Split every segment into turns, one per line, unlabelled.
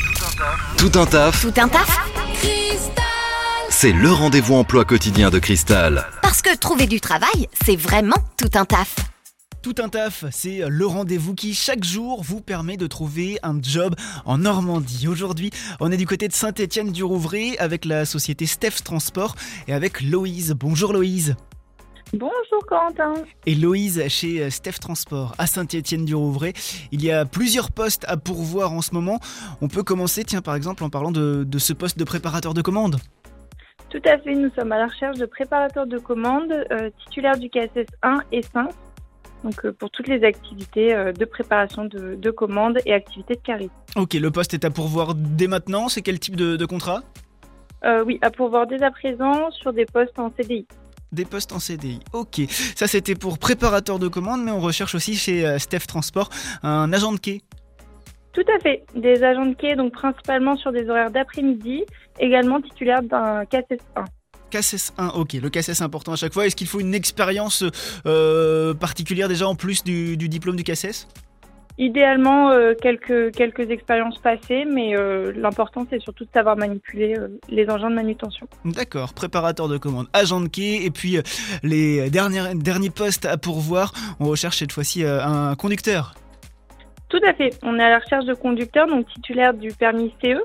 Tout un taf,
Tout un taf
c'est le rendez-vous emploi quotidien de Cristal.
Parce que trouver du travail, c'est vraiment tout un taf.
Tout un taf, c'est euh, le rendez-vous qui chaque jour vous permet de trouver un job en Normandie. Aujourd'hui, on est du côté de Saint-Étienne-du-Rouvray avec la société Steph's Transport et avec Loïse. Bonjour Loïse.
Bonjour Corentin.
Et Loïse chez euh, Steph Transport à Saint-Étienne-du-Rouvray. Il y a plusieurs postes à pourvoir en ce moment. On peut commencer, tiens, par exemple, en parlant de, de ce poste de préparateur de commande.
Tout à fait, nous sommes à la recherche de préparateurs de commandes euh, titulaires du KSS 1 et 5. Donc euh, pour toutes les activités euh, de préparation de, de commandes et activités de carré.
Ok, le poste est à pourvoir dès maintenant. C'est quel type de, de contrat
Euh, oui, à pourvoir dès à présent sur des postes en CDI.
Des postes en CDI. Ok, ça c'était pour préparateur de commande, mais on recherche aussi chez euh, Steph Transport un agent de quai.
Tout à fait, des agents de quai, donc principalement sur des horaires d'après-midi, également titulaires d'un KSS 1.
KSS1, ok, le KSS important à chaque fois. Est-ce qu'il faut une expérience euh, particulière déjà en plus du, du diplôme du KSS
Idéalement, euh, quelques, quelques expériences passées, mais euh, l'important c'est surtout de savoir manipuler euh, les engins de manutention.
D'accord, préparateur de commande, agent de quai, et puis euh, les derniers, derniers postes à pourvoir, on recherche cette fois-ci euh, un conducteur.
Tout à fait. On est à la recherche de conducteurs, donc titulaires du permis CE,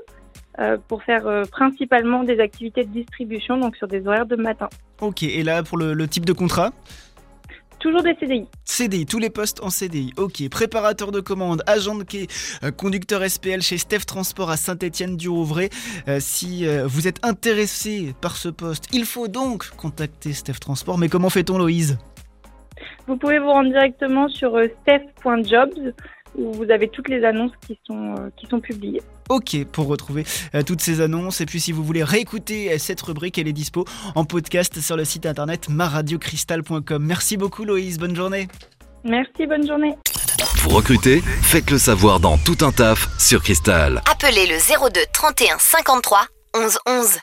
euh, pour faire euh, principalement des activités de distribution, donc sur des horaires de matin.
Ok, et là pour le, le type de contrat
Toujours des CDI.
CDI, tous les postes en CDI. Ok, préparateur de commande, agent de quai, euh, conducteur SPL chez Steph Transport à Saint-Étienne-du-Rouvray. Euh, si euh, vous êtes intéressé par ce poste, il faut donc contacter Steph Transport. Mais comment fait-on, Loïse
Vous pouvez vous rendre directement sur euh, steph.jobs, où vous avez toutes les annonces qui sont, euh, qui sont publiées.
Ok, pour retrouver euh, toutes ces annonces. Et puis, si vous voulez réécouter euh, cette rubrique, elle est dispo en podcast sur le site internet maradiocristal.com. Merci beaucoup, Loïse. Bonne journée.
Merci, bonne journée.
Vous recrutez Faites le savoir dans Tout un taf sur Cristal.
Appelez le 02 31 53 11 11.